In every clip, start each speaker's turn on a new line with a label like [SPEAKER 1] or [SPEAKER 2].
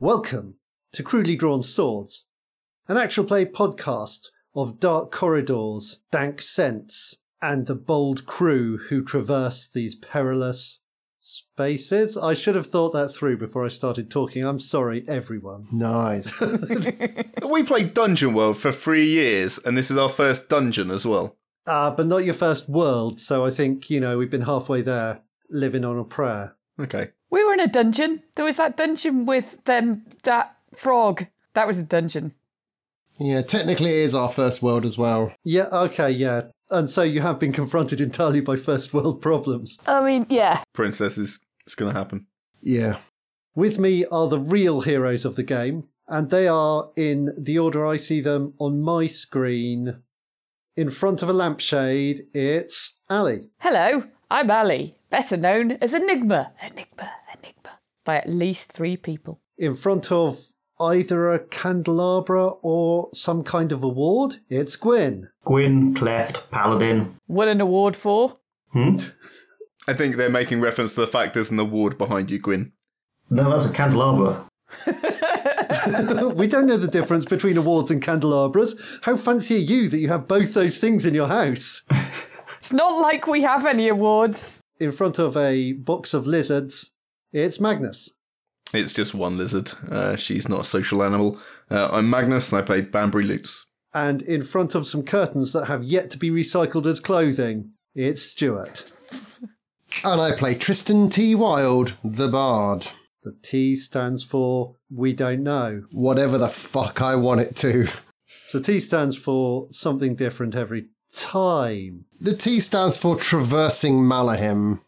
[SPEAKER 1] Welcome to Crudely Drawn Swords, an actual play podcast of dark corridors, dank scents, and the bold crew who traverse these perilous spaces. I should have thought that through before I started talking. I'm sorry, everyone. Uh,
[SPEAKER 2] Nice.
[SPEAKER 3] We played Dungeon World for three years, and this is our first dungeon as well.
[SPEAKER 1] Uh, but not your first world, so I think, you know, we've been halfway there, living on a prayer.
[SPEAKER 3] Okay.
[SPEAKER 4] We were in a dungeon. There was that dungeon with them that frog. That was a dungeon.
[SPEAKER 2] yeah, technically it is our first world as well.
[SPEAKER 1] Yeah, okay, yeah. And so you have been confronted entirely by first world problems.
[SPEAKER 4] I mean, yeah.
[SPEAKER 3] Princesses, it's going to happen.
[SPEAKER 2] Yeah.
[SPEAKER 1] With me are the real heroes of the game, and they are in the order I see them on my screen. In front of a lampshade, it's Ali.
[SPEAKER 4] Hello, I'm Ali, better known as Enigma, Enigma, Enigma, by at least three people.
[SPEAKER 1] In front of either a candelabra or some kind of award, it's Gwyn.
[SPEAKER 5] Gwyn, Cleft, Paladin.
[SPEAKER 4] Won an award for?
[SPEAKER 5] Hmm?
[SPEAKER 3] I think they're making reference to the fact there's an award behind you, Gwyn.
[SPEAKER 5] No, that's a candelabra.
[SPEAKER 1] we don't know the difference between awards and candelabras. How fancy are you that you have both those things in your house?
[SPEAKER 4] It's not like we have any awards.
[SPEAKER 1] In front of a box of lizards, it's Magnus.
[SPEAKER 3] It's just one lizard. Uh, she's not a social animal. Uh, I'm Magnus, and I play Banbury Loops.
[SPEAKER 1] and in front of some curtains that have yet to be recycled as clothing, it's Stuart.
[SPEAKER 2] And I play Tristan T. Wild, the bard.
[SPEAKER 1] The T stands for we don't know.
[SPEAKER 2] Whatever the fuck I want it to.
[SPEAKER 1] The T stands for something different every time.
[SPEAKER 2] The T stands for Traversing Malahim.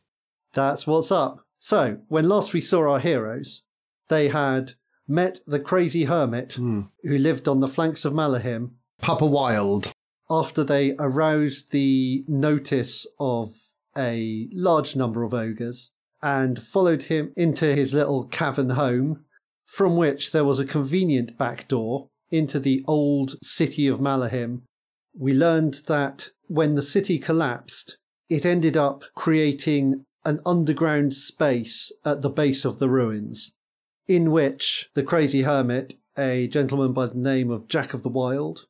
[SPEAKER 1] That's what's up. So, when last we saw our heroes, they had met the crazy hermit who lived on the flanks of Malahim
[SPEAKER 2] Papa Wild.
[SPEAKER 1] after they aroused the notice of a large number of ogres and followed him into his little cavern home, from which there was a convenient back door into the old city of Malahim. We learned that when the city collapsed, it ended up creating an underground space at the base of the ruins, in which the crazy hermit, a gentleman by the name of Jack of the Wild,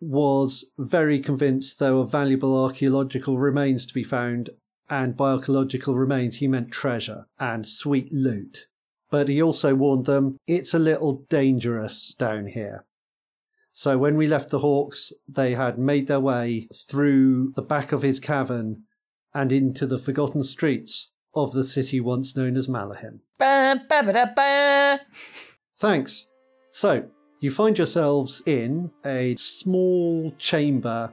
[SPEAKER 1] was very convinced there were valuable archaeological remains to be found, and by archaeological remains he meant treasure and sweet loot. But he also warned them it's a little dangerous down here. So when we left the Hawks, they had made their way through the back of his cavern and into the forgotten streets of the city once known as Malahim.
[SPEAKER 4] Ba, ba, ba, da, ba.
[SPEAKER 1] Thanks. So, you find yourselves in a small chamber.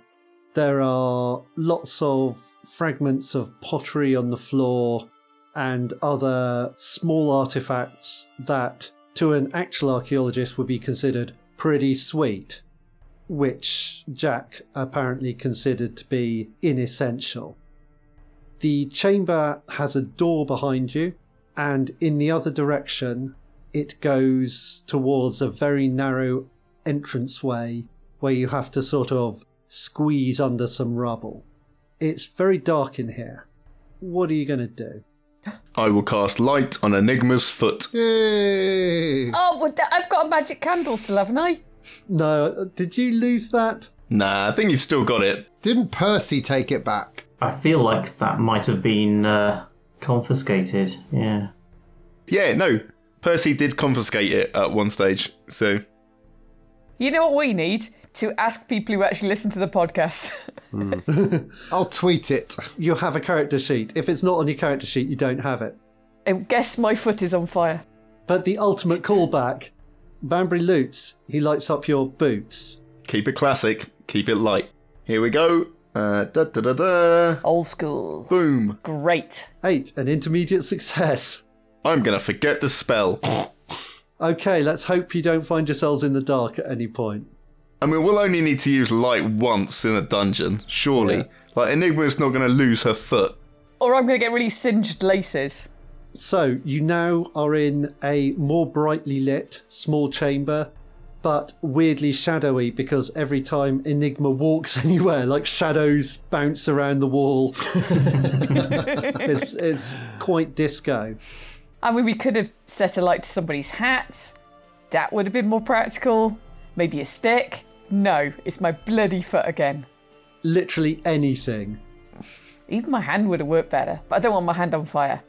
[SPEAKER 1] There are lots of fragments of pottery on the floor and other small artifacts that, to an actual archaeologist, would be considered pretty sweet, which Jack apparently considered to be inessential. The chamber has a door behind you, and in the other direction, it goes towards a very narrow entranceway where you have to sort of squeeze under some rubble. It's very dark in here. What are you going to do?
[SPEAKER 3] I will cast light on Enigma's foot.
[SPEAKER 2] Yay!
[SPEAKER 4] Oh, well, that- I've got a magic candle still, haven't I?
[SPEAKER 1] No, did you lose that?
[SPEAKER 3] Nah, I think you've still got it.
[SPEAKER 2] Didn't Percy take it back?
[SPEAKER 5] I feel like that might have been uh, confiscated. Yeah.
[SPEAKER 3] Yeah, no. Percy did confiscate it at one stage, so
[SPEAKER 4] You know what we need? To ask people who actually listen to the podcast.
[SPEAKER 2] I'll tweet it.
[SPEAKER 1] You have a character sheet. If it's not on your character sheet, you don't have it.
[SPEAKER 4] and guess my foot is on fire.
[SPEAKER 1] But the ultimate callback Banbury Loots, he lights up your boots.
[SPEAKER 3] keep it classic, keep it light. Here we go. Uh, da da da da.
[SPEAKER 4] Old school.
[SPEAKER 3] Boom.
[SPEAKER 4] Great.
[SPEAKER 1] Eight, an intermediate success.
[SPEAKER 3] I'm gonna forget the spell.
[SPEAKER 1] Okay, let's hope you don't find yourselves in the dark at any point.
[SPEAKER 3] I mean, we'll only need to use light once in a dungeon, surely. Like, Enigma's not going to lose her foot.
[SPEAKER 4] Or I'm going to get really singed laces.
[SPEAKER 1] So you now are in a more brightly lit small chamber, but weirdly shadowy because every time Enigma walks anywhere, like shadows bounce around the wall. it's, it's quite disco.
[SPEAKER 4] I mean, we could have set a light to somebody's hat. That would have been more practical. Maybe a stick. No, it's my bloody foot again.
[SPEAKER 1] Literally anything.
[SPEAKER 4] Even my hand would have worked better, but I don't want my hand on fire.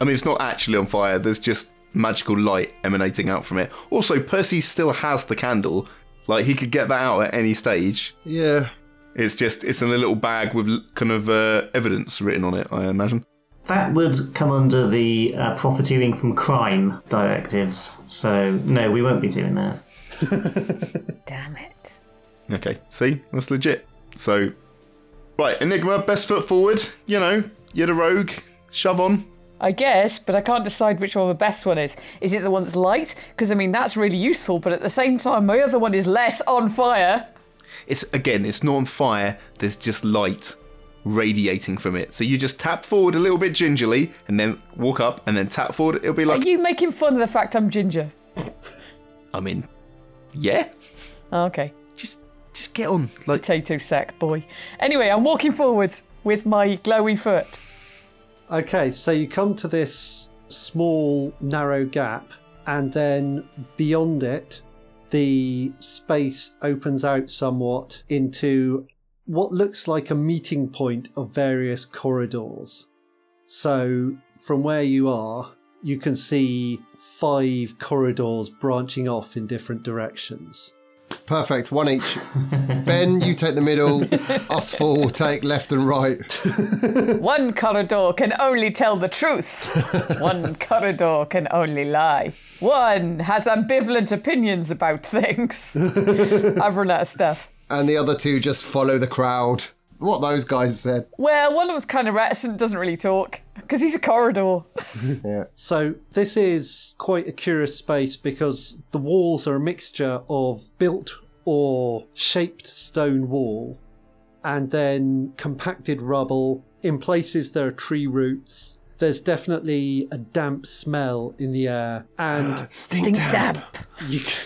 [SPEAKER 3] I mean, it's not actually on fire. There's just magical light emanating out from it. Also, Percy still has the candle. Like he could get that out at any stage.
[SPEAKER 2] Yeah.
[SPEAKER 3] It's just it's in a little bag with l- kind of uh, evidence written on it. I imagine.
[SPEAKER 5] That would come under the uh, profiteering from crime directives. So, no, we won't be doing that.
[SPEAKER 4] Damn it.
[SPEAKER 3] Okay. See, that's legit. So, right, Enigma, best foot forward. You know, you're the rogue. Shove on.
[SPEAKER 4] I guess, but I can't decide which one the best one is. Is it the one that's light? Because, I mean, that's really useful, but at the same time, my other one is less on fire.
[SPEAKER 3] It's again, it's not on fire. There's just light radiating from it. So you just tap forward a little bit gingerly, and then walk up, and then tap forward. It'll be
[SPEAKER 4] Are
[SPEAKER 3] like,
[SPEAKER 4] you making fun of the fact I'm ginger?
[SPEAKER 3] I mean, yeah.
[SPEAKER 4] Oh, okay.
[SPEAKER 3] Just, just get on. Like,
[SPEAKER 4] Potato sack, boy. Anyway, I'm walking forward with my glowy foot.
[SPEAKER 1] Okay, so you come to this small, narrow gap, and then beyond it, the space opens out somewhat into what looks like a meeting point of various corridors. So, from where you are, you can see five corridors branching off in different directions.
[SPEAKER 2] Perfect. One each. ben, you take the middle. Us four will take left and right.
[SPEAKER 4] One corridor can only tell the truth. One corridor can only lie. One has ambivalent opinions about things. I've run out of stuff.
[SPEAKER 2] And the other two just follow the crowd. What those guys said.
[SPEAKER 4] Well, one of them's kind of reticent, doesn't really talk, because he's a corridor.
[SPEAKER 1] So this is quite a curious space because the walls are a mixture of built or shaped stone wall and then compacted rubble. In places there are tree roots. There's definitely a damp smell in the air and
[SPEAKER 2] Stink,
[SPEAKER 4] Ding
[SPEAKER 2] damp.
[SPEAKER 4] damp.
[SPEAKER 1] you can,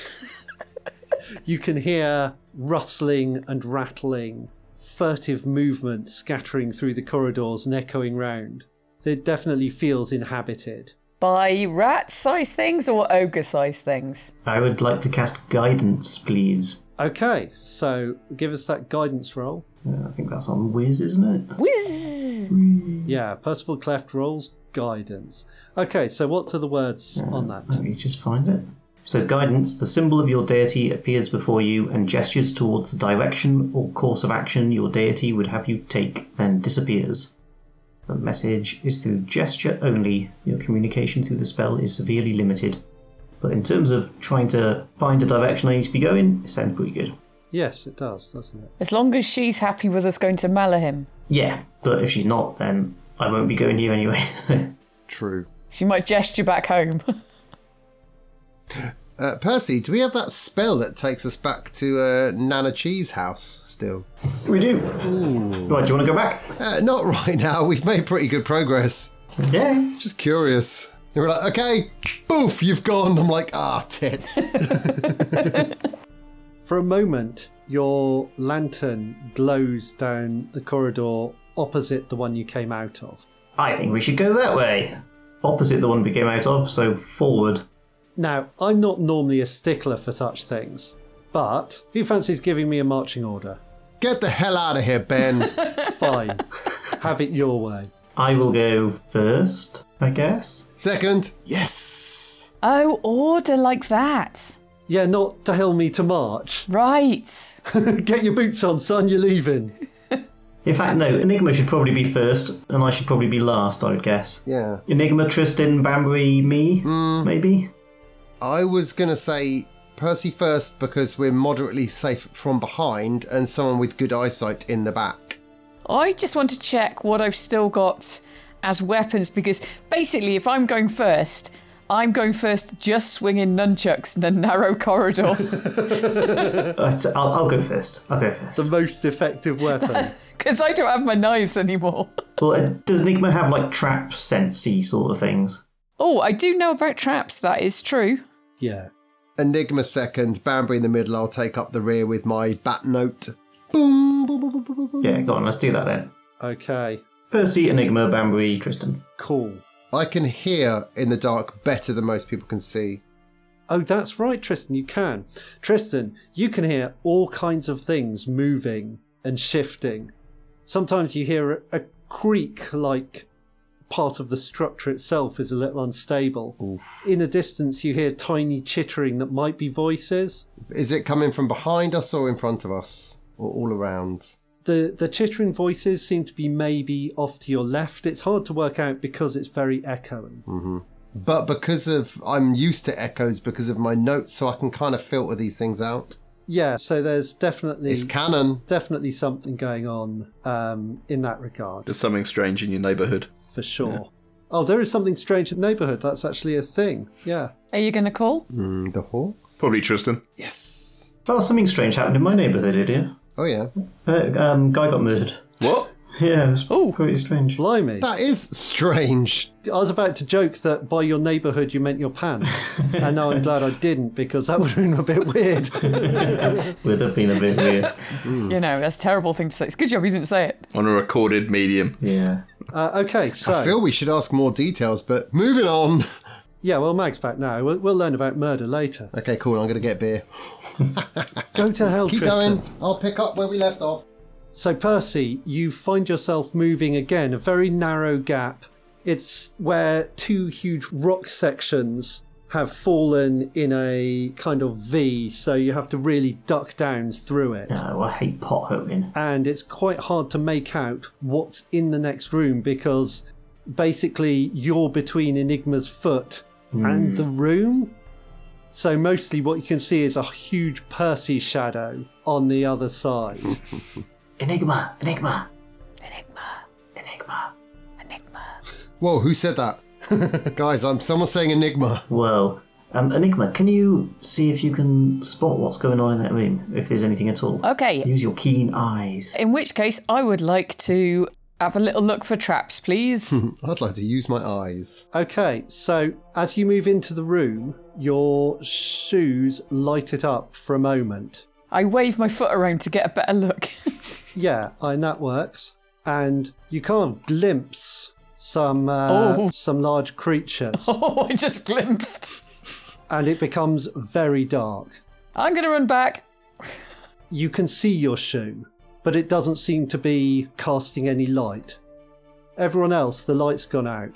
[SPEAKER 1] you can hear rustling and rattling, furtive movement scattering through the corridors and echoing round. It definitely feels inhabited.
[SPEAKER 4] By rat sized things or ogre sized things?
[SPEAKER 5] I would like to cast guidance, please.
[SPEAKER 1] Okay, so give us that guidance roll.
[SPEAKER 5] Uh, I think that's on Wiz, isn't it?
[SPEAKER 4] Whiz!
[SPEAKER 1] Yeah, Percival Cleft rolls guidance. Okay, so what are the words on
[SPEAKER 5] Let
[SPEAKER 1] that?
[SPEAKER 5] me just find it. So, guidance, the symbol of your deity appears before you and gestures towards the direction or course of action your deity would have you take, then disappears. The message is through gesture only. Your communication through the spell is severely limited. But in terms of trying to find a direction I need to be going, it sounds pretty good.
[SPEAKER 1] Yes, it does, doesn't it?
[SPEAKER 4] As long as she's happy with us going to Malahim,
[SPEAKER 5] Yeah, but if she's not, then I won't be going here anyway.
[SPEAKER 2] True.
[SPEAKER 4] she might gesture back home.
[SPEAKER 2] Uh, Percy, do we have that spell that takes us back to uh, Nana Cheese house still?
[SPEAKER 5] we do. Right, do you want to go back?
[SPEAKER 2] Uh, not right now. We've made pretty good progress.
[SPEAKER 5] Yeah.
[SPEAKER 2] Just curious. They were like, okay, boof, you've gone. I'm like, ah, tits.
[SPEAKER 1] For a moment, your lantern glows down the corridor opposite the one you came out of.
[SPEAKER 5] I think we should go that way. Opposite the one we came out of, so forward.
[SPEAKER 1] Now, I'm not normally a stickler for such things, but who fancies giving me a marching order?
[SPEAKER 2] Get the hell out of here, Ben.
[SPEAKER 1] Fine, have it your way.
[SPEAKER 5] I will go first, I guess.
[SPEAKER 2] Second, yes.
[SPEAKER 4] oh, order like that.
[SPEAKER 1] Yeah, not to hell me to march.
[SPEAKER 4] Right.
[SPEAKER 1] Get your boots on, son, you're leaving.
[SPEAKER 5] In fact, no, Enigma should probably be first, and I should probably be last, I would guess.
[SPEAKER 2] Yeah.
[SPEAKER 5] Enigma, Tristan, Bambury, me, maybe?
[SPEAKER 2] I was going to say Percy first because we're moderately safe from behind and someone with good eyesight in the back.
[SPEAKER 4] I just want to check what I've still got as weapons because basically, if I'm going first, I'm going first just swinging nunchucks in a narrow corridor.
[SPEAKER 5] Uh, so I'll, I'll go first. I'll go first.
[SPEAKER 1] the most effective weapon.
[SPEAKER 4] Because I don't have my knives anymore.
[SPEAKER 5] Well, uh, does Enigma have, like, trap sensey sort of things?
[SPEAKER 4] Oh, I do know about traps, that is true.
[SPEAKER 1] yeah.
[SPEAKER 2] Enigma second, Bambury in the middle. I'll take up the rear with my bat note. Boom, boom, boom, boom, boom, boom, boom.
[SPEAKER 5] Yeah, go on, let's do that then.
[SPEAKER 1] Okay.
[SPEAKER 5] Percy, Enigma, Bambury, Tristan.
[SPEAKER 1] Cool.
[SPEAKER 2] I can hear in the dark better than most people can see.
[SPEAKER 1] Oh, that's right, Tristan, you can. Tristan, you can hear all kinds of things moving and shifting. Sometimes you hear a, a creak like part of the structure itself is a little unstable. In the distance, you hear tiny chittering that might be voices.
[SPEAKER 2] Is it coming from behind us or in front of us? Or all around?
[SPEAKER 1] The, the chittering voices seem to be maybe off to your left. It's hard to work out because it's very echoing.
[SPEAKER 2] But because of, I'm used to echoes because of my notes, so I can kind of filter these things out.
[SPEAKER 1] Yeah, so there's definitely
[SPEAKER 2] It's canon.
[SPEAKER 1] definitely something going on um, in that regard
[SPEAKER 3] There's something strange in your neighborhood.
[SPEAKER 1] for sure. Oh, there is something strange in the neighbourhood. That's actually a thing. Yeah.
[SPEAKER 4] Are you going to call?
[SPEAKER 2] Mm, the hawks?
[SPEAKER 3] Probably Tristan.
[SPEAKER 2] Yes.
[SPEAKER 5] Oh, something strange happened in my neighbourhood, idiot.
[SPEAKER 2] Oh, yeah.
[SPEAKER 5] Uh, um, guy got murdered.
[SPEAKER 3] What?
[SPEAKER 5] Yeah, it's
[SPEAKER 4] Ooh.
[SPEAKER 5] pretty strange.
[SPEAKER 1] Blimey.
[SPEAKER 2] That is strange.
[SPEAKER 1] I was about to joke that by your neighbourhood you meant your pants. and now I'm glad I didn't because that would have been a bit weird.
[SPEAKER 5] Would have been a bit weird.
[SPEAKER 4] You know, that's a terrible thing to say. It's a good job you didn't say it.
[SPEAKER 3] On a recorded medium.
[SPEAKER 5] Yeah.
[SPEAKER 1] Uh, okay, so.
[SPEAKER 2] I feel we should ask more details, but moving on.
[SPEAKER 1] yeah, well, Mag's back now. We'll, we'll learn about murder later.
[SPEAKER 2] Okay, cool. I'm going to get beer.
[SPEAKER 1] Go to hell,
[SPEAKER 2] Keep
[SPEAKER 1] Tristan.
[SPEAKER 2] going. I'll pick up where we left off.
[SPEAKER 1] So, Percy, you find yourself moving again, a very narrow gap. It's where two huge rock sections have fallen in a kind of V, so you have to really duck down through it.
[SPEAKER 5] No, I hate potholing.
[SPEAKER 1] And it's quite hard to make out what's in the next room because basically you're between Enigma's foot and the room. So, mostly what you can see is a huge Percy shadow on the other side.
[SPEAKER 5] Enigma, Enigma,
[SPEAKER 4] Enigma,
[SPEAKER 5] Enigma.
[SPEAKER 4] Enigma.
[SPEAKER 2] Whoa, who said that? Guys, I'm someone saying Enigma.
[SPEAKER 5] Whoa. Um, Enigma, can you see if you can spot what's going on in that room? If there's anything at all?
[SPEAKER 4] Okay,
[SPEAKER 5] Use your keen eyes.
[SPEAKER 4] in which case, I would like to have a little look for traps, please.
[SPEAKER 2] I'd like to use my eyes.
[SPEAKER 1] Okay, so as you move into the room, your shoes light it up for a moment.
[SPEAKER 4] I wave my foot around to get a better look.
[SPEAKER 1] Yeah, and that works. And you can't glimpse some uh,
[SPEAKER 4] Oh.
[SPEAKER 1] some large creatures,
[SPEAKER 4] oh, I just glimpsed.
[SPEAKER 1] and it becomes very dark.
[SPEAKER 4] I'm going to run back.
[SPEAKER 1] You can see your shoe, but it doesn't seem to be casting any light. Everyone else, the light's gone out.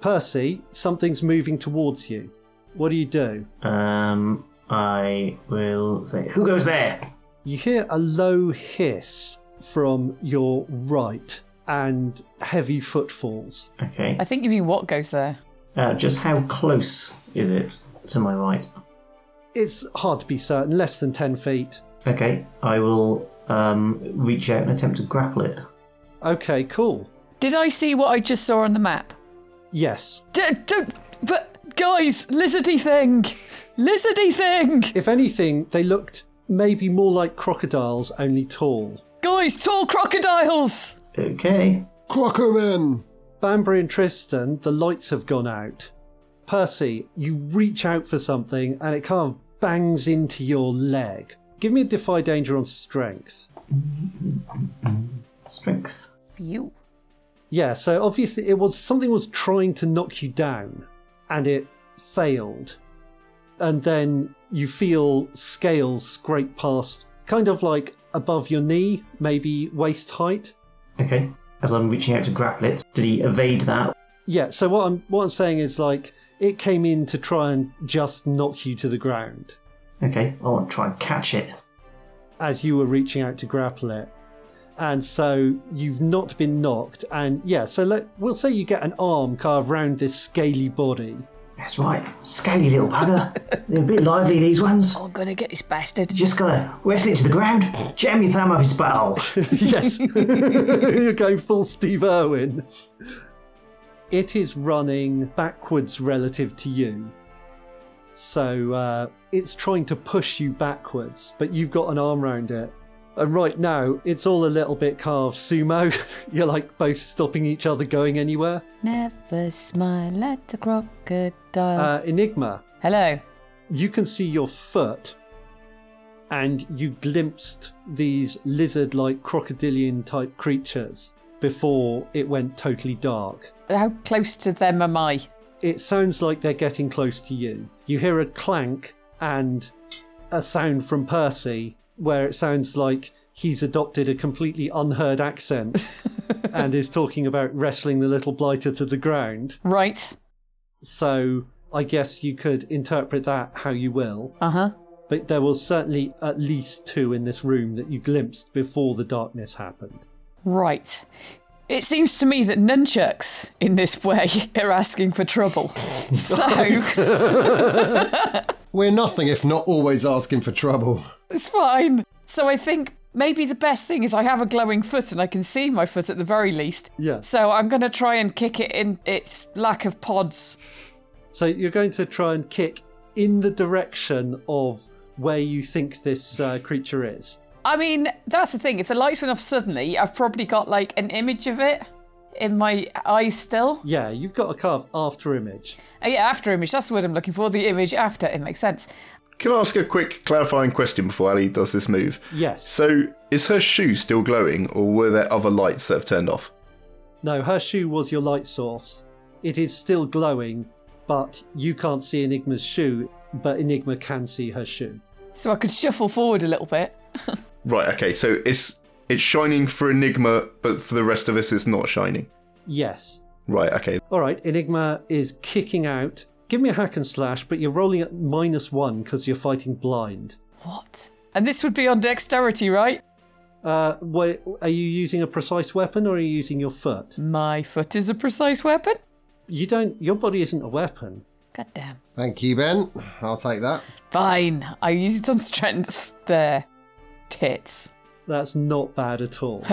[SPEAKER 1] Percy, something's moving towards you. What do you do?
[SPEAKER 5] Um, I will say, who goes there?
[SPEAKER 1] You hear a low hiss from your right and heavy footfalls.
[SPEAKER 5] Okay.
[SPEAKER 4] I think you mean what goes there?
[SPEAKER 5] Uh, just how close is it to my right?
[SPEAKER 1] It's hard to be certain, less than 10 feet.
[SPEAKER 5] Okay, I will um, reach out and attempt to grapple it.
[SPEAKER 1] Okay, cool.
[SPEAKER 4] Did I see what I just saw on the map?
[SPEAKER 1] Yes.
[SPEAKER 4] D- don't, but guys, lizardy thing, lizardy thing.
[SPEAKER 1] If anything, they looked maybe more like crocodiles, only tall.
[SPEAKER 4] Guys, tall crocodiles.
[SPEAKER 5] Okay.
[SPEAKER 2] Crockerman!
[SPEAKER 1] Bambury and Tristan, the lights have gone out. Percy, you reach out for something and it kind of bangs into your leg. Give me a defy danger on strength.
[SPEAKER 5] Strength.
[SPEAKER 4] You.
[SPEAKER 1] Yeah, so obviously it was something was trying to knock you down and it failed. And then you feel scales scrape past, kind of like above your knee, maybe waist height.
[SPEAKER 5] Okay. As I'm reaching out to grapple it, did he evade that?
[SPEAKER 1] Yeah, so what I'm what I'm saying is like it came in to try and just knock you to the ground
[SPEAKER 5] Okay, I want to try and catch it.
[SPEAKER 1] as you were reaching out to grapple it. And so you've not been knocked and yeah, so let we'll say you get an arm carved round this scaly body.
[SPEAKER 5] That's right. Scaly little bugger. They're a bit lively, these ones.
[SPEAKER 4] Oh, I'm gonna get this bastard.
[SPEAKER 5] You just gotta wrestle it to the ground, jam your thumb up its butthole.
[SPEAKER 1] yes. You're going full Steve Irwin. It is running backwards relative to you. So uh, it's trying to push you backwards, but you've got an arm round it. And right now, it's all a little bit carved sumo. You're like both stopping each other going anywhere.
[SPEAKER 4] Never smile at a crocodile.
[SPEAKER 1] Uh, Enigma,
[SPEAKER 4] Hello.
[SPEAKER 1] you can see your foot, and you glimpsed these lizard like crocodilian type creatures before it went totally dark.
[SPEAKER 4] How close to them am I?
[SPEAKER 1] It sounds like they're getting close to you. You hear a clank and a sound from Percy where it sounds like he's adopted a completely unheard accent and is talking about wrestling the little blighter to the ground.
[SPEAKER 4] Right.
[SPEAKER 1] So I guess you could interpret that how you will.
[SPEAKER 4] Uh huh.
[SPEAKER 1] But there was certainly at least two in this room that you glimpsed before the darkness happened.
[SPEAKER 4] Right. It seems to me that nunchucks in this way are asking for trouble. So
[SPEAKER 2] We're nothing if not always asking for trouble.
[SPEAKER 4] it's fine. So I think maybe the best thing is I have a glowing foot and I can see my foot at the very least.
[SPEAKER 1] Yeah.
[SPEAKER 4] So I'm going to try and kick it in its lack of pods.
[SPEAKER 1] So you're going to try and kick in the direction of where you think this uh, creature is.
[SPEAKER 4] I mean, that's the thing. If the lights went off suddenly, I've probably got like an image of it in my eyes still.
[SPEAKER 1] Yeah, you've got to carve after image.
[SPEAKER 4] Uh, yeah, after image. That's the word I'm looking for. The image after. It makes sense.
[SPEAKER 3] Can I ask a quick clarifying question before Ali does this move?
[SPEAKER 1] Yes.
[SPEAKER 3] So, is her shoe still glowing, or were there other lights that have turned off?
[SPEAKER 1] No, her shoe was your light source. It is still glowing, but you can't see Enigma's shoe, but Enigma can see her shoe.
[SPEAKER 4] So I could shuffle forward a little bit.
[SPEAKER 3] Right. Okay. So it's it's shining for Enigma, but for the rest of us, it's not shining.
[SPEAKER 1] Yes.
[SPEAKER 3] Right. Okay.
[SPEAKER 1] All right, Enigma is kicking out. Give me a hack and slash, but you're rolling at minus one because you're fighting blind.
[SPEAKER 4] What? And this would be on dexterity, right?
[SPEAKER 1] Uh, wait, are you using a precise weapon or are you using your foot?
[SPEAKER 4] My foot is a precise weapon.
[SPEAKER 1] You don't. Your body isn't a weapon.
[SPEAKER 4] God damn.
[SPEAKER 2] Thank you, Ben. I'll take that.
[SPEAKER 4] Fine. I use it on strength. There. Tits.
[SPEAKER 1] That's not bad at all.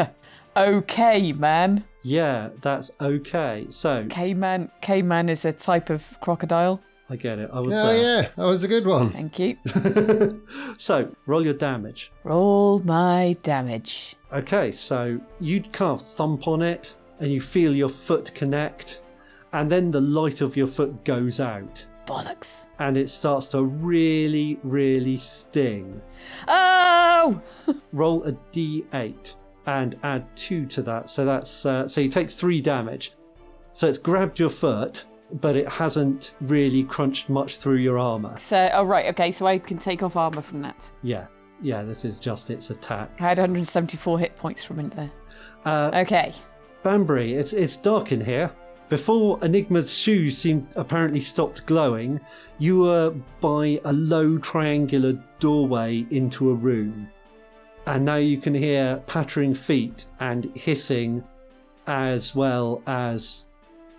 [SPEAKER 4] Okay, man.
[SPEAKER 1] yeah, that's okay. So
[SPEAKER 4] Cayman. Cayman is a type of crocodile.
[SPEAKER 1] I get it. I was
[SPEAKER 2] Oh,
[SPEAKER 1] there.
[SPEAKER 2] yeah, that was a good one.
[SPEAKER 4] Thank you.
[SPEAKER 1] So roll your damage.
[SPEAKER 4] Roll my damage.
[SPEAKER 1] Okay, so you kind of thump on it, and you feel your foot connect, and then the light of your foot goes out,
[SPEAKER 4] Bollocks.
[SPEAKER 1] and it starts to really, really sting.
[SPEAKER 4] Oh!
[SPEAKER 1] Roll a d8 and add two to that. So that's uh, so you take three damage. So it's grabbed your foot, but it hasn't really crunched much through your armor.
[SPEAKER 4] So, oh, right, okay, so I can take off armor from that.
[SPEAKER 1] Yeah, yeah, this is just its attack.
[SPEAKER 4] I had 174 hit points from it there.
[SPEAKER 1] Uh,
[SPEAKER 4] Okay.
[SPEAKER 1] Banbury, it's it's dark in here. Before Enigma's shoes seemed apparently stopped glowing, you were by a low triangular doorway into a room. And now you can hear pattering feet and hissing as well as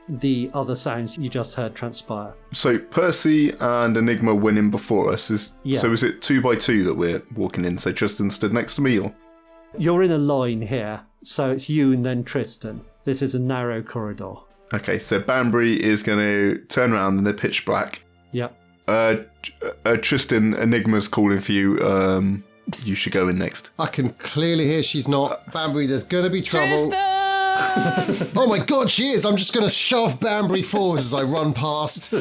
[SPEAKER 1] the other sounds you just heard transpire.
[SPEAKER 3] So Percy and Enigma went in before us. Is
[SPEAKER 1] Yeah.
[SPEAKER 3] so? Is it two by two that we're walking in? So Tristan stood next to me, or
[SPEAKER 1] You're in a line here, so it's you and then Tristan. This is a narrow corridor.
[SPEAKER 3] okay. So Banbury is going to turn around in the pitch black.
[SPEAKER 1] Yep.
[SPEAKER 3] Uh, uh, Tristan, Enigma's calling for you. Um, you should go in next.
[SPEAKER 2] I can clearly hear she's not. Bambury, there's going to be trouble.
[SPEAKER 4] Tristan!
[SPEAKER 2] Oh my god, she is! I'm just going to shove Bambury forward as I run past.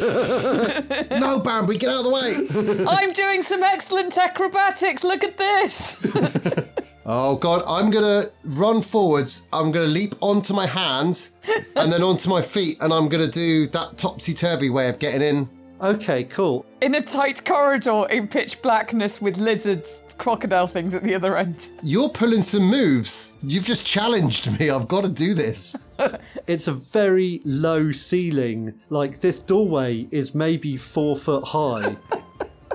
[SPEAKER 2] no, Bambury, get out of the way!
[SPEAKER 4] I'm doing some excellent acrobatics. Look at this.
[SPEAKER 2] Oh god, I'm going to run forwards. I'm going to leap onto my hands and then onto my feet, and I'm going to do that topsy turvy way of getting in.
[SPEAKER 1] Okay, cool.
[SPEAKER 4] In a tight corridor in pitch blackness with lizards, crocodile things at the other end.
[SPEAKER 2] You're pulling some moves. You've just challenged me. I've got to do this.
[SPEAKER 1] It's a very low ceiling. Like this doorway is maybe four foot high.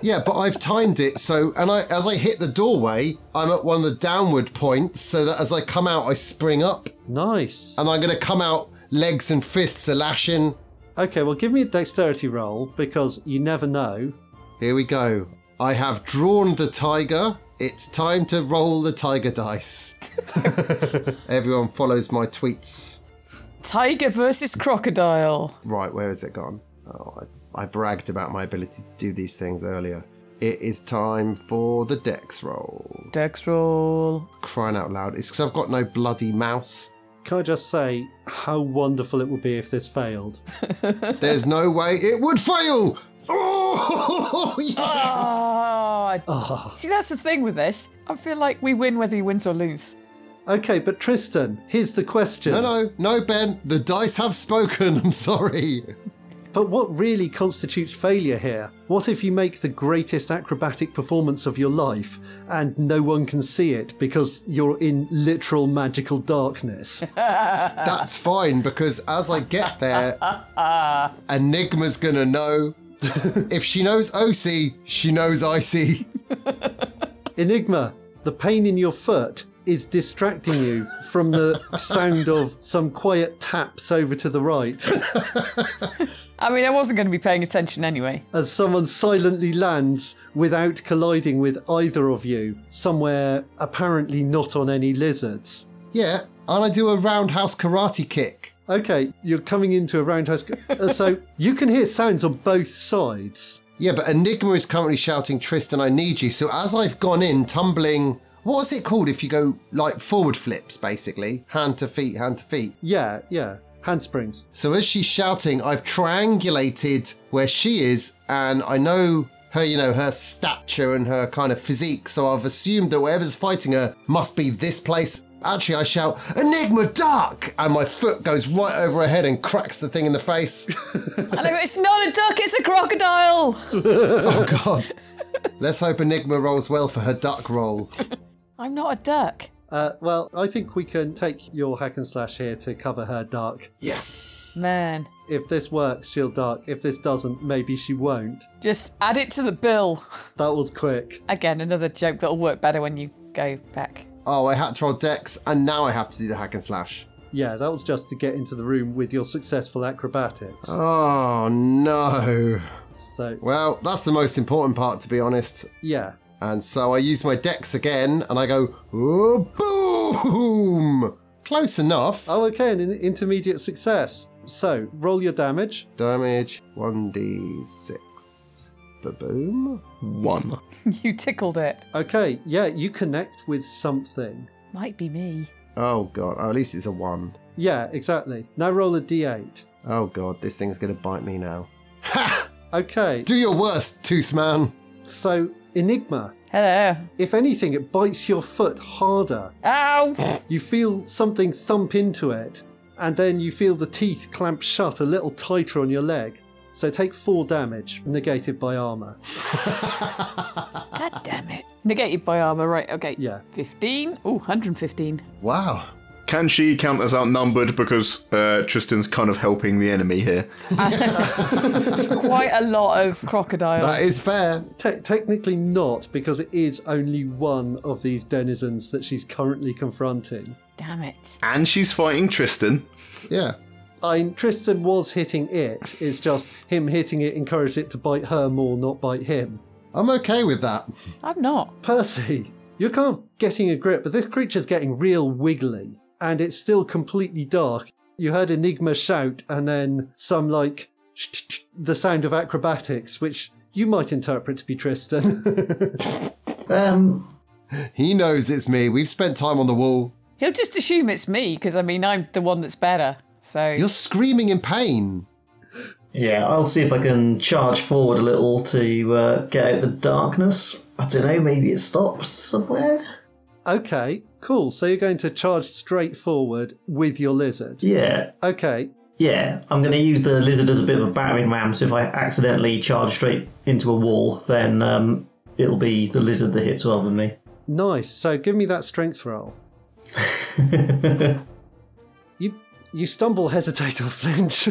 [SPEAKER 2] Yeah, but I've timed it so, and I as I hit the doorway, I'm at one of the downward points, so that as I come out, I spring up,
[SPEAKER 1] nice.
[SPEAKER 2] and I'm going to come out. Legs and fists are lashing.
[SPEAKER 1] Okay, well, give me a dexterity roll because you never know.
[SPEAKER 2] Here we go. I have drawn the tiger. It's time to roll the tiger dice. Everyone follows my tweets.
[SPEAKER 4] Tiger versus crocodile.
[SPEAKER 2] Right, where is it gone? Oh, I, I bragged about my ability to do these things earlier. It is time for the dex roll.
[SPEAKER 4] Dex roll.
[SPEAKER 2] Crying out loud. It's because I've got no bloody mouse.
[SPEAKER 1] Can I just say how wonderful it would be if this failed?
[SPEAKER 2] There's no way it would fail. Oh, yes.
[SPEAKER 4] Oh,
[SPEAKER 1] Ah.
[SPEAKER 4] see, that's the thing with this. I feel like we win whether he wins or lose.
[SPEAKER 1] Okay, but Tristan, here's the question.
[SPEAKER 2] No, no, no, Ben. The dice have spoken. I'm sorry.
[SPEAKER 1] But what really constitutes failure here? What if you make the greatest acrobatic performance of your life and no one can see it because you're in literal magical darkness?
[SPEAKER 2] That's fine because as I get there, Enigma's gonna know. if she knows OC, she knows IC.
[SPEAKER 1] Enigma, the pain in your foot is distracting you from the sound of some quiet taps over to the right
[SPEAKER 4] I mean, I wasn't going to be paying attention anyway.
[SPEAKER 1] as someone silently lands without colliding with either of you somewhere apparently not on any lizards.
[SPEAKER 2] Yeah, and I do a roundhouse karate kick.
[SPEAKER 1] Okay, you're coming into a roundhouse. uh, so you can hear sounds on both sides.
[SPEAKER 2] Yeah, but Enigma is currently shouting, Tristan, I need you. So as I've gone in, tumbling, what's it called if you go like forward flips, basically? Hand to feet, hand to feet.
[SPEAKER 1] Yeah, yeah. Handsprings.
[SPEAKER 2] So as she's shouting, I've triangulated where she is, and I know her, you know, her stature and her kind of physique. So I've assumed that whatever's fighting her must be this place. Actually, I shout, Enigma Duck! And my foot goes right over her head and cracks the thing in the face.
[SPEAKER 4] And I go, it's not a duck, it's a crocodile.
[SPEAKER 2] oh, God. Let's hope Enigma rolls well for her duck roll.
[SPEAKER 4] I'm not a duck.
[SPEAKER 1] Uh, well, I think we can take your hack and slash here to cover her dark.
[SPEAKER 2] Yes!
[SPEAKER 4] Man.
[SPEAKER 1] If this works, she'll dark. If this doesn't, maybe she won't.
[SPEAKER 4] Just add it to the bill.
[SPEAKER 1] That was quick.
[SPEAKER 4] Again, another joke that'll work better when you go back.
[SPEAKER 2] Oh, I had to roll dex, and now I have to do the hack and slash.
[SPEAKER 1] Yeah, that was just to get into the room with your successful acrobatics.
[SPEAKER 2] Oh, no.
[SPEAKER 1] So,
[SPEAKER 2] Well, that's the most important part, to be honest.
[SPEAKER 1] yeah.
[SPEAKER 2] And so I use my dex again and I go, "Oh, boom! Close enough.
[SPEAKER 1] Oh, okay, an in- intermediate success. So, roll your damage.
[SPEAKER 2] Damage 1d6. Ba boom.
[SPEAKER 3] One.
[SPEAKER 4] You tickled it.
[SPEAKER 1] Okay, yeah, you connect with something.
[SPEAKER 4] Might be me.
[SPEAKER 2] Oh god, oh, at least it's a 1.
[SPEAKER 1] Yeah, exactly. Now roll a d8.
[SPEAKER 2] Oh god, this thing's gonna bite me now.
[SPEAKER 1] Okay,
[SPEAKER 2] Do your worst, tooth man.
[SPEAKER 1] so Enigma.
[SPEAKER 4] Hello.
[SPEAKER 1] If anything, it bites your foot harder.
[SPEAKER 4] Ow.
[SPEAKER 1] You feel something thump into it, and then you feel the teeth clamp shut a little tighter on your leg. So take four damage, negated by armour.
[SPEAKER 4] God damn it. Negated by armor, right? Okay.
[SPEAKER 1] Yeah.
[SPEAKER 4] 15. Ooh, 115.
[SPEAKER 2] Wow.
[SPEAKER 3] Can she count as outnumbered because uh, Tristan's kind of helping the enemy here?
[SPEAKER 4] It's quite a lot of crocodiles.
[SPEAKER 2] That is fair.
[SPEAKER 1] Te- technically not, because it is only one of these denizens that she's currently confronting.
[SPEAKER 4] Damn it.
[SPEAKER 3] And she's fighting Tristan.
[SPEAKER 2] Yeah.
[SPEAKER 1] I mean, Uh, Tristan was hitting it. It's just him hitting it encouraged it to bite her more, not bite him.
[SPEAKER 2] I'm okay with that.
[SPEAKER 4] I'm not.
[SPEAKER 1] Percy, you're kind of getting a grip, but this creature's getting real wiggly, and it's still completely dark. You heard Enigma shout, and then some like the sound of acrobatics, which you might interpret to be Tristan.
[SPEAKER 5] Um,
[SPEAKER 2] He knows it's me. We've spent time on the wall.
[SPEAKER 4] He'll just assume it's me because I mean I'm the one that's better. So
[SPEAKER 2] You're screaming in pain.
[SPEAKER 5] yeah, I'll see if I can charge forward a little to uh, get out the darkness. I don't know, maybe it stops somewhere?
[SPEAKER 1] okay, cool. So you're going to charge straight forward with your lizard.
[SPEAKER 5] Yeah,
[SPEAKER 1] Okay,
[SPEAKER 5] Yeah, I'm going to use the lizard as a bit of a battering ram. So if I accidentally charge straight into a wall, then um, it'll be the lizard that hits rather than
[SPEAKER 1] nice. So give me that strength roll.
[SPEAKER 5] me.
[SPEAKER 1] You you stumble, hesitate, or flinch.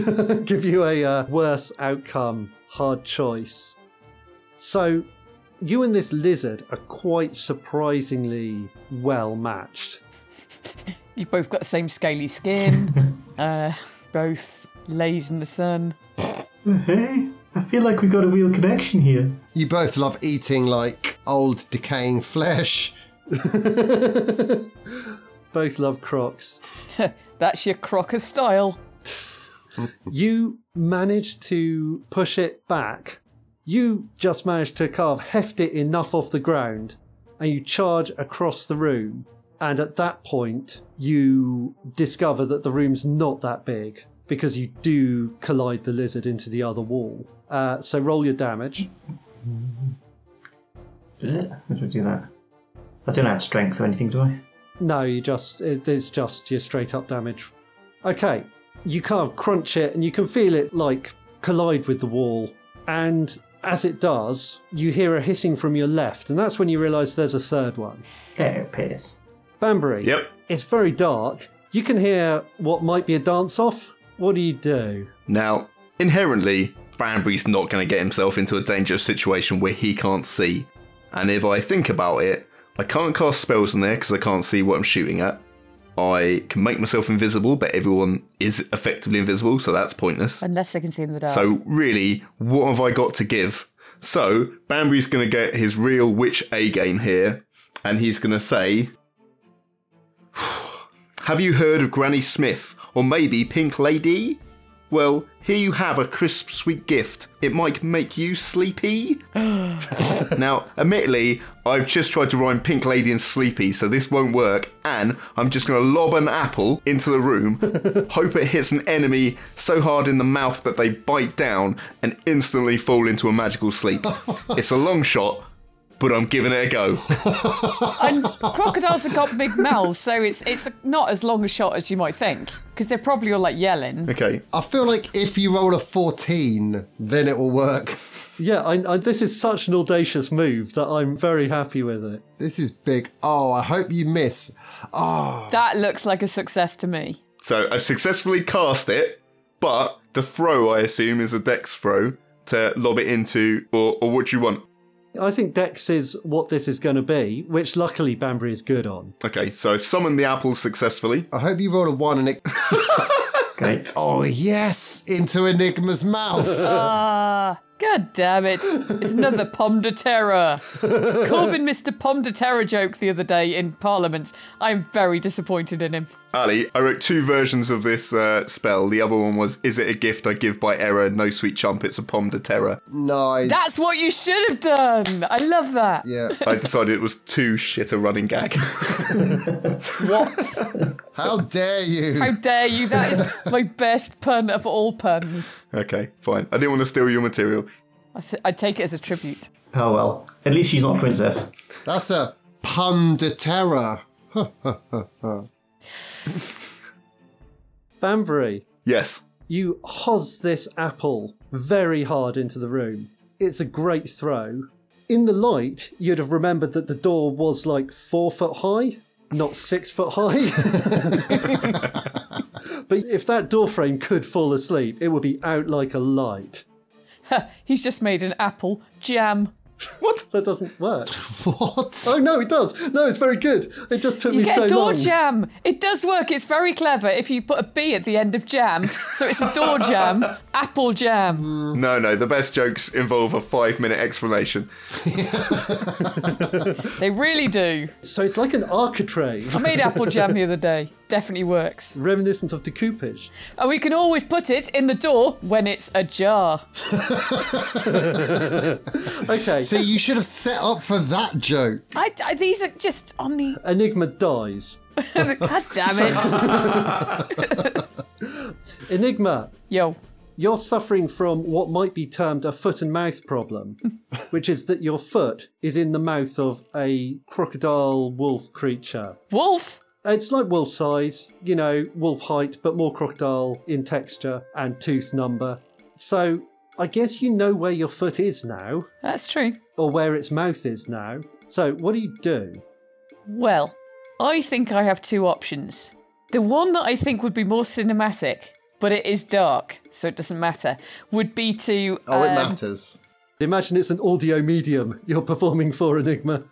[SPEAKER 1] Give you a uh, worse outcome, hard choice. So, you and this lizard are quite surprisingly well matched.
[SPEAKER 4] you've both got the same scaly skin. uh, both lays in the sun.
[SPEAKER 5] hey, I feel like we got a real connection here.
[SPEAKER 2] You both love eating like old decaying flesh.
[SPEAKER 1] Both love crocs.
[SPEAKER 4] That's your crocker style.
[SPEAKER 1] You manage to push it back. You just manage to kind of heft it enough off the ground, and you charge across the room. And at that point, you discover that the room's not that big because you do collide the lizard into the other wall. Uh, so roll your damage.
[SPEAKER 5] Eh, How do I do that? I don't add strength or anything, do I?
[SPEAKER 1] No, you just it, it's just your straight up damage. Okay, you kind of crunch it, and you can feel it like collide with the wall. And as it does, you hear a hissing from your left, and that's when you realise there's a third one.
[SPEAKER 5] Oh, piss.
[SPEAKER 1] Banbury.
[SPEAKER 3] Yep.
[SPEAKER 1] It's very dark. You can hear what might be a dance off. What do you do?
[SPEAKER 3] Now, inherently, Banbury's not going to get himself into a dangerous situation where he can't see. And if I think about it, I can't cast spells in there because I can't see what I'm shooting at. I can make myself invisible, but everyone is effectively invisible, so that's pointless.
[SPEAKER 4] Unless they can see in the dark.
[SPEAKER 3] So really, what have I got to give? So Bambury's going to get his real witch A game here, and he's going to say, "Have you heard of Granny Smith or maybe Pink Lady? Well, here you have a crisp, sweet gift. It might make you sleepy." now, admittedly, I've just tried to rhyme Pink Lady and Sleepy, so this won't work. And I'm just going to lob an apple into the room, hope it hits an enemy so hard in the mouth that they bite down and instantly fall into a magical sleep. it's a long shot, but I'm giving it a go.
[SPEAKER 4] and crocodiles have got big mouths, so it's it's not as long a shot as you might think, because they're probably all like yelling.
[SPEAKER 3] Okay.
[SPEAKER 2] I feel like if you roll a 14, then it will work.
[SPEAKER 1] Yeah, I, I, this is such an audacious move that I'm very happy with it.
[SPEAKER 2] This is big. Oh, I hope you miss. Oh,
[SPEAKER 4] That looks like a success to me.
[SPEAKER 3] So I've successfully cast it, but the throw, I assume, is a dex throw to lob it into, or, or what do you want?
[SPEAKER 1] I think Dex is what this is going to be, which luckily Banbury is good on.
[SPEAKER 3] Okay, so I've summoned the apple successfully.
[SPEAKER 2] I hope you roll a 1 and it.
[SPEAKER 5] Great.
[SPEAKER 2] Oh, yes! Into Enigma's mouth.
[SPEAKER 4] Ah, god damn it! It's another Pomme de Terre. Corbyn missed a Pomme de Terre joke the other day in Parliament. I'm very disappointed in him.
[SPEAKER 3] Ali, I wrote two versions of this uh, spell. The other one was, Is it a gift I give by error? No sweet chump, it's a pomme de terror.
[SPEAKER 2] nice.
[SPEAKER 4] That's what you should have done. I love that.
[SPEAKER 2] yeah.
[SPEAKER 3] I decided it was too shit a running gag.
[SPEAKER 4] What?
[SPEAKER 2] How dare you?
[SPEAKER 4] How dare you? That is my best pun of all puns.
[SPEAKER 3] okay, fine. I didn't want to steal your material.
[SPEAKER 4] I, th- I take it as a tribute.
[SPEAKER 5] Oh well. At least she's not a princess.
[SPEAKER 2] That's a pun de terror.
[SPEAKER 1] Banbury,
[SPEAKER 3] Yes.
[SPEAKER 1] you hos this apple very hard into the room. It's a great throw. In the light, you'd have remembered that the door was like four foot high, not six foot high. but if that door frame could fall asleep, it would be out like a light.
[SPEAKER 4] He's just made an apple jam.
[SPEAKER 1] That doesn't work.
[SPEAKER 2] What?
[SPEAKER 1] Oh no, it does. No, it's very good. It just took
[SPEAKER 4] You
[SPEAKER 1] me
[SPEAKER 4] get
[SPEAKER 1] so
[SPEAKER 4] door
[SPEAKER 1] long.
[SPEAKER 4] jam. It does work. It's very clever if you put a B at the end of jam. So it's a door jam, apple jam.
[SPEAKER 3] No, no, the best jokes involve a five minute explanation.
[SPEAKER 4] They really do.
[SPEAKER 1] So it's like an architrave,
[SPEAKER 4] I made apple jam the other day. Definitely works.
[SPEAKER 1] reminiscent of decoupage.
[SPEAKER 4] And we can always put it in the door when it's ajar.
[SPEAKER 1] Okay,
[SPEAKER 2] See, you should have set up for that joke.
[SPEAKER 4] I, I, these are just on the.
[SPEAKER 1] Enigma dies.
[SPEAKER 4] God damn it.
[SPEAKER 1] Enigma,
[SPEAKER 4] Yo.
[SPEAKER 1] You're suffering from what might be termed a foot and mouth problem, which is that your foot is in the mouth of a crocodile wolf creature.
[SPEAKER 4] Wolf.
[SPEAKER 1] It's like wolf size, you know, wolf height, but more crocodile in texture and tooth number. So I guess you know where your foot is now,
[SPEAKER 4] That's true.
[SPEAKER 1] or where its mouth is now. So what do you do?
[SPEAKER 4] Well, I think I have two options. The one that I think would be more cinematic, but it is dark, so it doesn't matter, would be to.
[SPEAKER 2] Oh, it
[SPEAKER 4] um,
[SPEAKER 2] matters.
[SPEAKER 1] Imagine it's an audio medium you're performing for Enigma.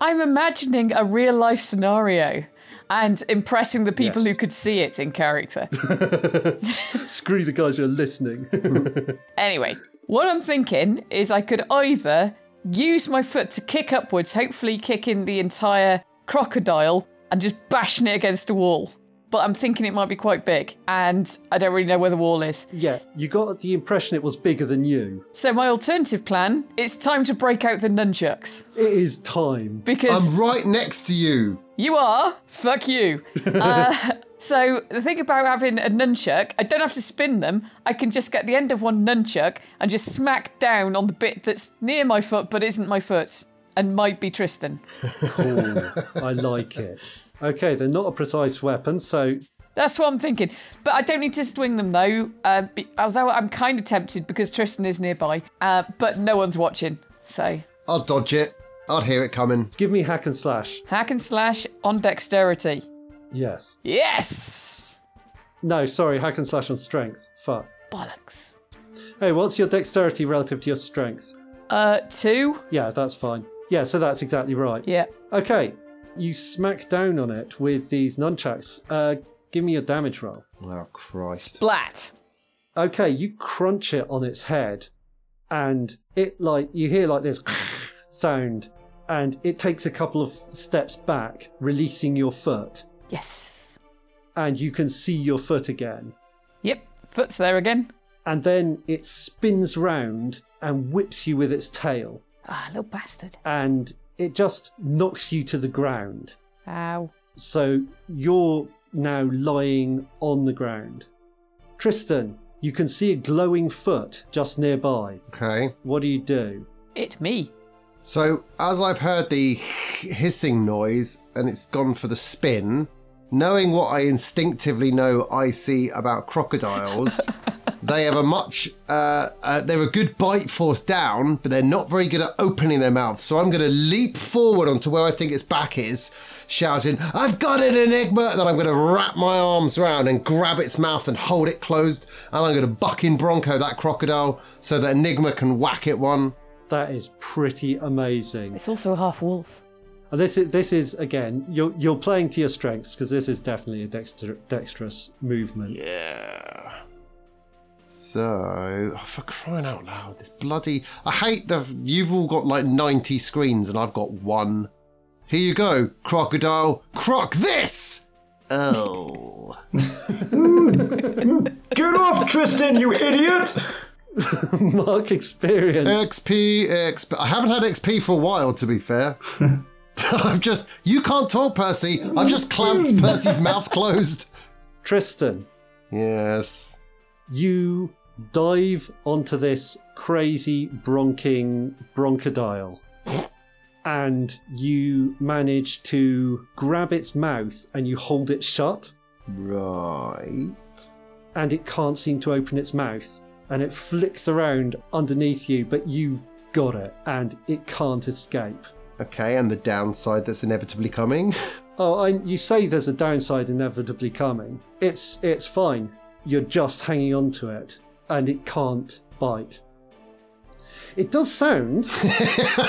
[SPEAKER 4] I'm imagining a real life scenario and impressing the people who could see it in character.
[SPEAKER 1] Screw the guys who are listening.
[SPEAKER 4] Anyway, what I'm thinking is I could either use my foot to kick upwards, hopefully kicking the entire crocodile and just bashing it against a wall. But I'm thinking it might be quite big, and I don't really know where the wall is.
[SPEAKER 1] yeah, you got the impression it was bigger than you.
[SPEAKER 4] So my alternative plan, it's time to break out the nunchucks.
[SPEAKER 1] It is time.
[SPEAKER 4] Because
[SPEAKER 2] I'm right next to you.
[SPEAKER 4] you are, fuck you. uh, so the thing about having a nunchuck, I don't have to spin them. I can just get the end of one nunchuck and just smack down on the bit that's near my foot but isn't my foot and might be Tristan.
[SPEAKER 1] Cool. I like it. Okay, they're not a precise weapon, so
[SPEAKER 4] That's what I'm thinking. But I don't need to swing them though, uh, be, although I'm kind of tempted because Tristan is nearby. Uh, but no one's watching. So
[SPEAKER 2] I'll dodge it. I'd hear it coming.
[SPEAKER 1] Give me hack and slash.
[SPEAKER 4] hack and slash on dexterity.
[SPEAKER 1] Yes.
[SPEAKER 4] Yes!
[SPEAKER 1] No, sorry, hack and slash on strength. Fuck.
[SPEAKER 4] Bollocks.
[SPEAKER 1] Hey, what's your dexterity relative to your strength?
[SPEAKER 4] Uh, two?
[SPEAKER 1] Yeah, that's fine. Yeah, so that's exactly right.
[SPEAKER 4] Yeah.
[SPEAKER 1] Okay, you smack down on it with these nunchucks. Uh, give me your damage roll.
[SPEAKER 2] Oh Christ!
[SPEAKER 4] Splat.
[SPEAKER 1] Okay, you crunch it on its head, and it like you hear like this sound, and it takes a couple of steps back, releasing your foot,
[SPEAKER 4] Yes.
[SPEAKER 1] and you can see your foot again.
[SPEAKER 4] Yep. Foot's there again.
[SPEAKER 1] And then it spins round and whips you with its tail,
[SPEAKER 4] Ah, little bastard.
[SPEAKER 1] and it just knocks you to the ground.
[SPEAKER 4] Ow.
[SPEAKER 1] So you're now lying on the ground. Tristan, you can see a glowing foot just nearby.
[SPEAKER 2] Okay.
[SPEAKER 1] What do you do?
[SPEAKER 4] It me.
[SPEAKER 2] So as I've heard the hissing noise and it's gone for the spin, knowing what I instinctively know I see about crocodiles, they have a much uh, uh, they're a good bite force down, but they're not very good at opening their mouths. So I'm going to leap forward onto where I think its back is, shouting, "I've got an enigma!" Then I'm going to wrap my arms round and grab its mouth and hold it closed, and I'm going to bucking bronco that crocodile so that enigma can whack it one.
[SPEAKER 1] That is pretty amazing.
[SPEAKER 4] It's also a half wolf.
[SPEAKER 1] And this is this is again you're you're playing to your strengths because this is definitely a dexter, dexterous movement.
[SPEAKER 2] Yeah. So, oh, for crying out loud, this bloody. I hate the. You've all got like 90 screens and I've got one. Here you go, crocodile. Croc this! Oh.
[SPEAKER 5] Get off, Tristan, you idiot!
[SPEAKER 1] Mark experience.
[SPEAKER 2] XP, XP. I haven't had XP for a while, to be fair. I've just. You can't talk, Percy. I've just clamped Percy's mouth closed.
[SPEAKER 1] Tristan,
[SPEAKER 2] Yes.
[SPEAKER 1] you dive onto this crazy bronking broncodile and you manage to grab its mouth and you hold it shut
[SPEAKER 2] Right.
[SPEAKER 1] and it can't seem to open its mouth and it flicks around underneath you but you've got it and it can't escape
[SPEAKER 2] Okay, and the downside that's inevitably coming.
[SPEAKER 1] oh and you say there's a downside inevitably coming it's it's fine you're just hanging on to it and it can't bite it does sound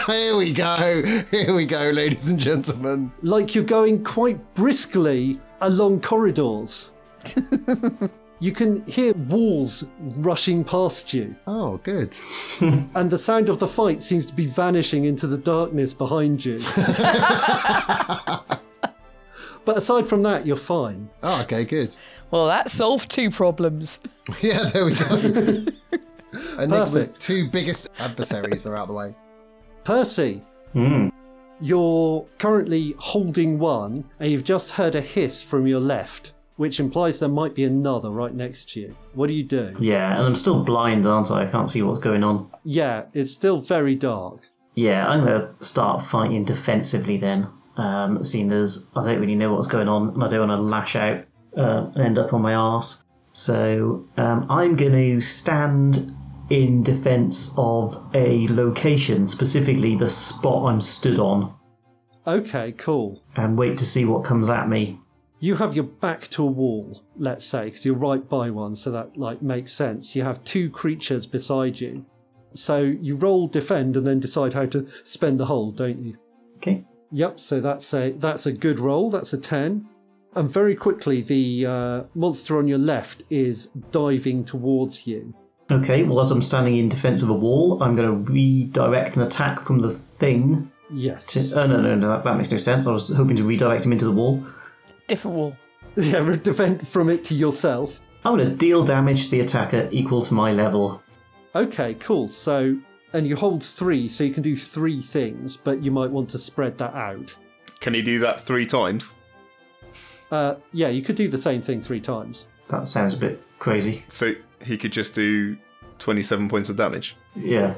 [SPEAKER 2] Here we go. Here we go, ladies and gentlemen.
[SPEAKER 1] like you're going quite briskly along corridors. you can hear walls rushing past you,
[SPEAKER 2] Oh, good.
[SPEAKER 1] and the sound of the fight seems to be vanishing into the darkness behind you. but aside from that, you're fine.
[SPEAKER 2] Oh, okay, good.
[SPEAKER 4] Well, that solved two problems.
[SPEAKER 2] Yeah, there we go. Enigma's
[SPEAKER 1] Perfect.
[SPEAKER 2] two biggest adversaries are out the way.
[SPEAKER 1] Percy,
[SPEAKER 5] Hmm.
[SPEAKER 1] you're currently holding one, and you've just heard a hiss from your left, which implies there might be another right next to you. What do you do?
[SPEAKER 5] Yeah, and I'm still blind, aren't I? I can't see what's going on.
[SPEAKER 1] Yeah, it's still very dark.
[SPEAKER 5] Yeah, I'm going to start fighting defensively then, um, seeing as I don't really know what's going on and I don't want to lash out uh, and end up on my arse. So um, I'm going to stand in defense of a location, specifically the spot I'm stood on,
[SPEAKER 1] Okay, cool.
[SPEAKER 5] and wait to see what comes at me.
[SPEAKER 1] you have your back to a wall, let's say, because you're right by one, so that like makes sense. You have two creatures beside you, so you roll defend and then decide how to spend the whole, don't you?
[SPEAKER 5] Okay.
[SPEAKER 1] Yep. So that's a that's a good roll. That's a ten. And very quickly, the uh, monster on your left is diving towards you.
[SPEAKER 5] Okay, well, as I'm standing in defense of a wall, I'm going to redirect an attack from the thing.
[SPEAKER 1] Yes.
[SPEAKER 5] To, oh, no, no, no, that, that makes no sense. I was hoping to redirect him into the wall.
[SPEAKER 4] Different wall.
[SPEAKER 1] Yeah, defend from it to yourself.
[SPEAKER 5] I'm going to deal damage to the attacker equal to my level.
[SPEAKER 1] Okay, cool. So, and you hold three, so you can do three things, but you might want to spread that out.
[SPEAKER 3] Can he do that three times?
[SPEAKER 1] Uh, yeah, you could do the same thing three times.
[SPEAKER 5] That sounds a bit crazy.
[SPEAKER 3] So he could just do 27 points of damage.
[SPEAKER 5] Yeah.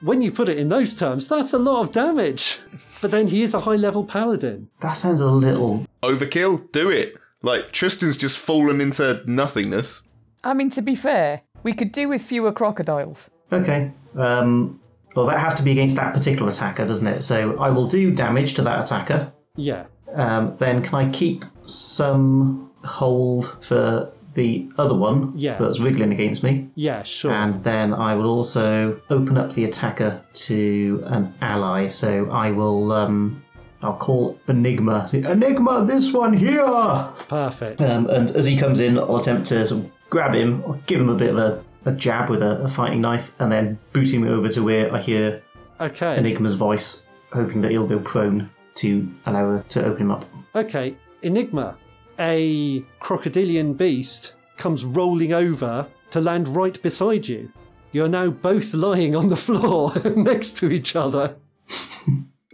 [SPEAKER 1] When you put it in those terms, that's a lot of damage. But then he is a high level paladin.
[SPEAKER 5] That sounds a little.
[SPEAKER 3] Overkill? Do it. Like, Tristan's just fallen into nothingness.
[SPEAKER 4] I mean, to be fair, we could do with fewer crocodiles.
[SPEAKER 5] Okay. Um, well, that has to be against that particular attacker, doesn't it? So I will do damage to that attacker.
[SPEAKER 1] Yeah.
[SPEAKER 5] Um, then can I keep some hold for the other one
[SPEAKER 1] Yeah.
[SPEAKER 5] that's wriggling against me?
[SPEAKER 1] Yeah, sure.
[SPEAKER 5] And then I will also open up the attacker to an ally. So I will. Um, I'll call Enigma. Say, Enigma, this one here! Um,
[SPEAKER 1] Perfect.
[SPEAKER 5] and as he comes in, I'll attempt to sort of grab him, I'll give him a bit of a, a jab with a, a fighting knife, and then boot him over to where I hear
[SPEAKER 1] Okay.
[SPEAKER 5] Enigma's voice, hoping that he'll be prone to allow her to open him up.
[SPEAKER 1] Okay, Enigma, a crocodilian beast comes rolling over to land right beside you. You are now both lying on the floor next to each other.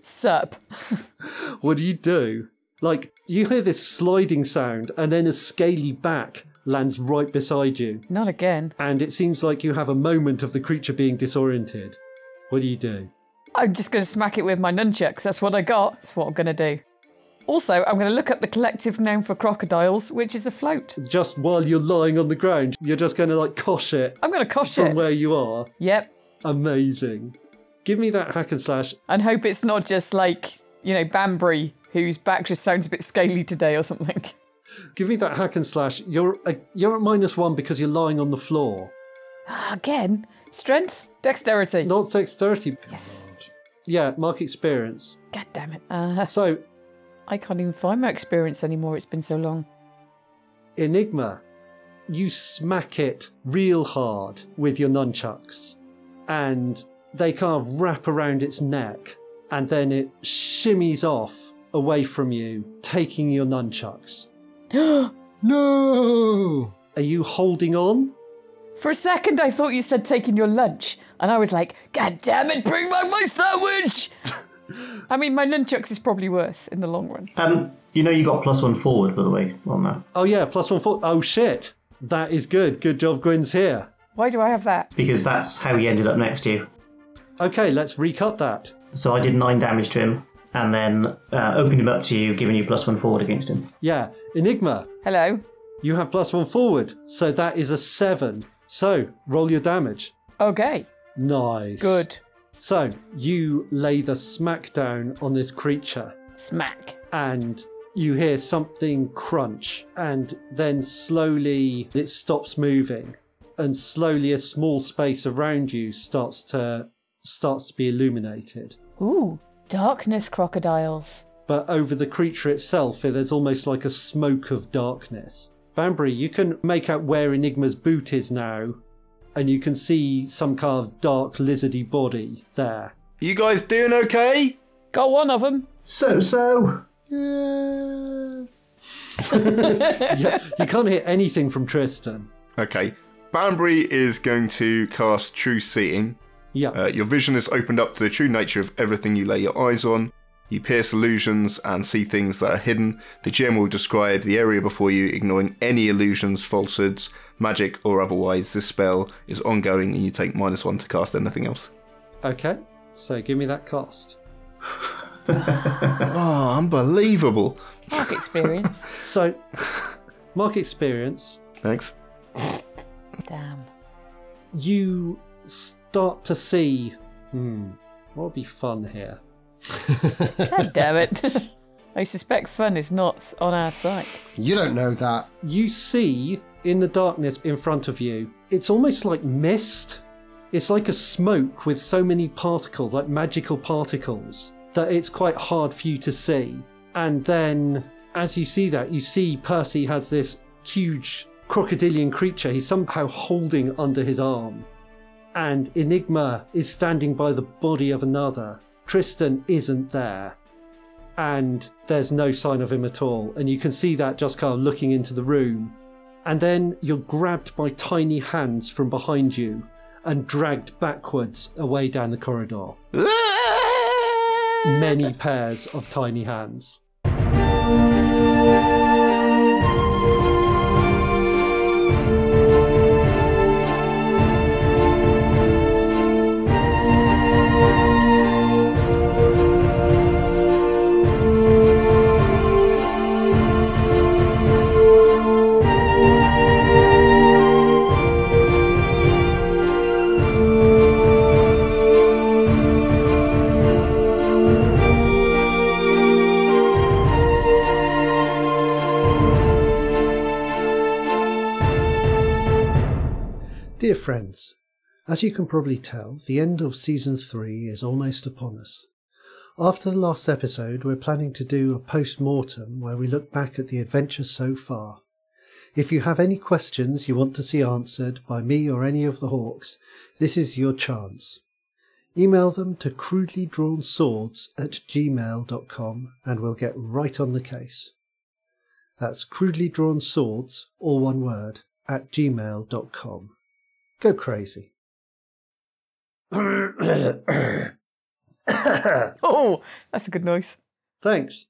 [SPEAKER 4] Sup.
[SPEAKER 1] What do you do? Like, you hear this sliding sound, and then a scaly back lands right beside you.
[SPEAKER 4] Not again.
[SPEAKER 1] And it seems like you have a moment of the creature being disoriented. What do you do?
[SPEAKER 4] I'm just going to smack it with my nunchucks. That's what I got. That's what I'm going to do. Also, I'm going to look up the collective noun for crocodiles, which is a float.
[SPEAKER 1] Just while you're lying on the ground, you're just going to like cosh it
[SPEAKER 4] I'm going to cosh
[SPEAKER 1] from
[SPEAKER 4] it.
[SPEAKER 1] where you are.
[SPEAKER 4] Yep.
[SPEAKER 1] Amazing. Give me that hack and slash
[SPEAKER 4] And hope it's not just like, you know, Bambury, whose back just sounds a bit scaly today or something.
[SPEAKER 1] Give me that hack and slash. You're uh, you're at minus one because you're lying on the floor.
[SPEAKER 4] Again, strength, dexterity.
[SPEAKER 1] Not dexterity.
[SPEAKER 4] Yes.
[SPEAKER 1] Yeah, mark experience.
[SPEAKER 4] God damn it. Uh,
[SPEAKER 1] So
[SPEAKER 4] I can't even find my experience anymore. It's been so long.
[SPEAKER 1] Enigma, you smack it real hard with your nunchucks, and they kind of wrap around its neck, and then it shimmies off away from you, taking your nunchucks.
[SPEAKER 2] No!
[SPEAKER 1] Are you holding on?
[SPEAKER 4] For a second, I thought you said taking your lunch, and I was like, God damn it, bring back my sandwich! I mean, my nunchucks is probably worse in the long run.
[SPEAKER 5] Um, you know you got plus one forward, by the way, on that.
[SPEAKER 1] Oh yeah, plus one four. Oh shit, that is good. Good job, Gwyn's here.
[SPEAKER 4] Why do I have that?
[SPEAKER 5] Because that's how he ended up next to you.
[SPEAKER 1] Okay, let's recut that.
[SPEAKER 5] So I did nine damage to him, and then uh, opened him up to you, giving you plus one forward against him.
[SPEAKER 1] Yeah, Enigma,
[SPEAKER 4] Hello?
[SPEAKER 1] You have plus one forward, so that is a seven. So roll your damage.
[SPEAKER 4] Okay,
[SPEAKER 1] Nice.
[SPEAKER 4] good.
[SPEAKER 1] So you lay the smackdown on this creature,
[SPEAKER 4] Smack.
[SPEAKER 1] and you hear something crunch, and then slowly it stops moving, and slowly a small space around you starts to starts to be illuminated.
[SPEAKER 4] Ooh, darkness crocodiles.
[SPEAKER 1] But over the creature itself, there's almost like a smoke of darkness. Banbury, you can make out where Enigma's boot is now, and you can see some kind of dark lizardy body there.
[SPEAKER 3] You guys doing okay?
[SPEAKER 4] Got one of them.
[SPEAKER 5] So, so.
[SPEAKER 2] Yes!
[SPEAKER 1] yeah, you can't hear anything from Tristan.
[SPEAKER 3] Okay. Banbury is going to cast True Seeing.
[SPEAKER 1] Yeah,
[SPEAKER 3] Uh, your vision is opened up to the true nature of everything you lay your eyes on. You pierce illusions and see things that are hidden. The gem will describe the area before you, ignoring any illusions, falsehoods, magic, or otherwise. This spell is ongoing and you take minus one to cast anything else.
[SPEAKER 1] okay. So give me that cost.
[SPEAKER 3] Oh, unbelievable.
[SPEAKER 4] Mark experience.
[SPEAKER 1] So, mark experience.
[SPEAKER 3] Thanks.
[SPEAKER 4] Damn.
[SPEAKER 1] You start to see. Hmm, what'll be fun here?
[SPEAKER 4] God damn it. I suspect fun is not on our side.
[SPEAKER 2] You don't know that.
[SPEAKER 1] you see in the darkness in front of you, it's almost like mist. It's like a smoke with so many particles, like magical particles, that it's quite hard for you to see. And then as you see that, you see Percy has this huge crocodilian creature he's somehow holding under his arm. And Enigma is standing by the body of another. Tristan isn't there and there's no sign of him at all. And you can see that just kind of looking into the room. And then you're grabbed by tiny hands from behind you and dragged backwards away down the corridor. Many pairs of tiny hands. Dear friends, as you can probably tell, the end of season three is almost upon us. After the last episode, we're planning to do a post mortem where we look back at the adventure so far. If you have any questions you want to see answered by me or any of the Hawks, this is your chance. Email them to crudely drawn swords at gmail.com and we'll get right on the case. That's crudely drawn swords, all one word, at gmail.com. Go crazy.
[SPEAKER 4] Oh, that's a good noise.
[SPEAKER 1] Thanks.